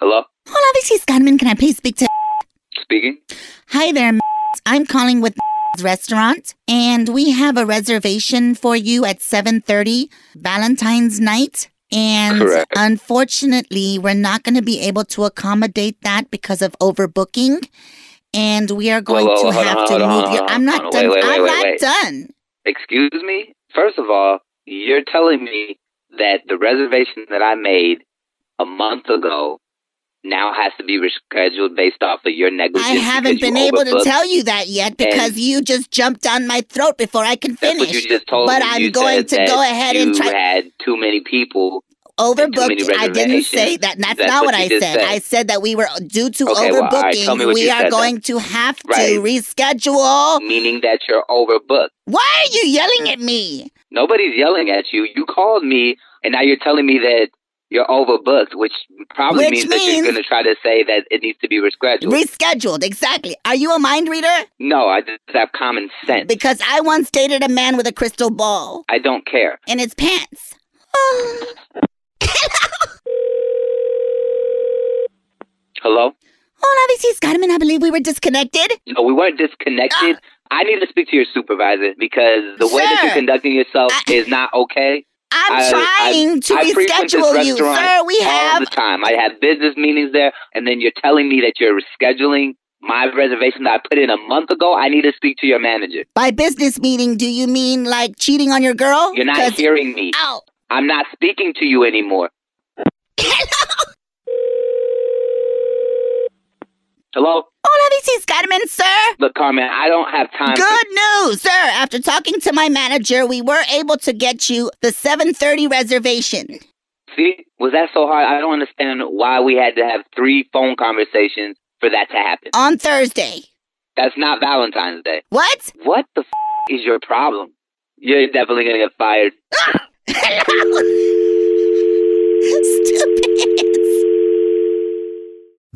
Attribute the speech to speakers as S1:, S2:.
S1: Hello?
S2: Hola, this is Carmen. Can I please speak to?
S1: Speaking?
S2: Hi there. I'm calling with restaurant, and we have a reservation for you at 7:30 Valentine's night. And
S1: Correct.
S2: unfortunately, we're not going to be able to accommodate that because of overbooking. And we are going
S1: Whoa, whoa,
S2: to
S1: hold on,
S2: have to
S1: hold on,
S2: move
S1: hold
S2: you.
S1: on, hold
S2: I'm not
S1: on.
S2: done.
S1: Wait, wait,
S2: I'm
S1: wait,
S2: not
S1: wait, wait.
S2: done.
S1: Excuse me? First of all, you're telling me that the reservation that I made a month ago now has to be rescheduled based off of your
S2: I
S1: negligence.
S2: haven't
S1: because
S2: been
S1: you
S2: able to
S1: overbooked.
S2: tell you that yet because
S1: And-
S2: you just jumped down my throat before I can
S1: That's what
S2: finish.
S1: you just told
S2: but
S1: me.
S2: I'm
S1: You
S2: going
S1: said
S2: to
S1: that
S2: go ahead and
S1: you
S2: try-
S1: had too many people. many
S2: overbooked. I didn't
S1: reservations.
S2: say that. That's,
S1: That's
S2: not what,
S1: what
S2: I
S1: you just
S2: said.
S1: said.
S2: I said that we were due to
S1: Okay, well, all right,
S2: overbooking.
S1: tell me what
S2: we
S1: you
S2: are
S1: said then.
S2: going to have
S1: Right.
S2: to reschedule.
S1: Meaning that you're overbooked.
S2: Why are you yelling at me?
S1: Nobody's yelling at you. You called me, and now you're telling me that you're overbooked, which probably
S2: Which
S1: means that you're
S2: means-
S1: going to try to say that it needs to be rescheduled.
S2: Rescheduled, exactly. Are you a mind reader?
S1: no, I just have common sense.
S2: Because I once dated a man with a crystal ball
S1: I don't care.
S2: in his pants.
S1: Hello?
S2: Hola, this is Carmen. I believe we were disconnected.
S1: No, we weren't disconnected.
S2: Ah.
S1: I need to speak to your supervisor because the way that
S2: Sir.
S1: you're conducting yourself
S2: I-
S1: is not okay.
S2: I'm
S1: I-
S2: trying
S1: I-
S2: to
S1: I frequent this
S2: reschedule you,
S1: restaurant
S2: sir. We
S1: all
S2: have
S1: the time. I have business meetings there, and then you're telling me that you're rescheduling my reservation that I put in a month ago. I need to speak to your manager.
S2: by business meeting. Do you mean like cheating on your girl?
S1: You're not
S2: 'Cause-
S1: hearing me.
S2: Ow.
S1: I'm not speaking to you anymore. Hello?
S2: Hola, this is Carmen, sir.
S1: Look, Carmen, I don't have time. for-
S2: Good news, sir. After talking to my manager, we were able to get you the 7:30 reservation.
S1: See, was that so hard? I don't understand why we had to have three phone conversations for that to happen.
S2: on Thursday.
S1: That's not Valentine's Day.
S2: What?
S1: What the f- is your problem? You're definitely gonna get fired.
S2: Stupid.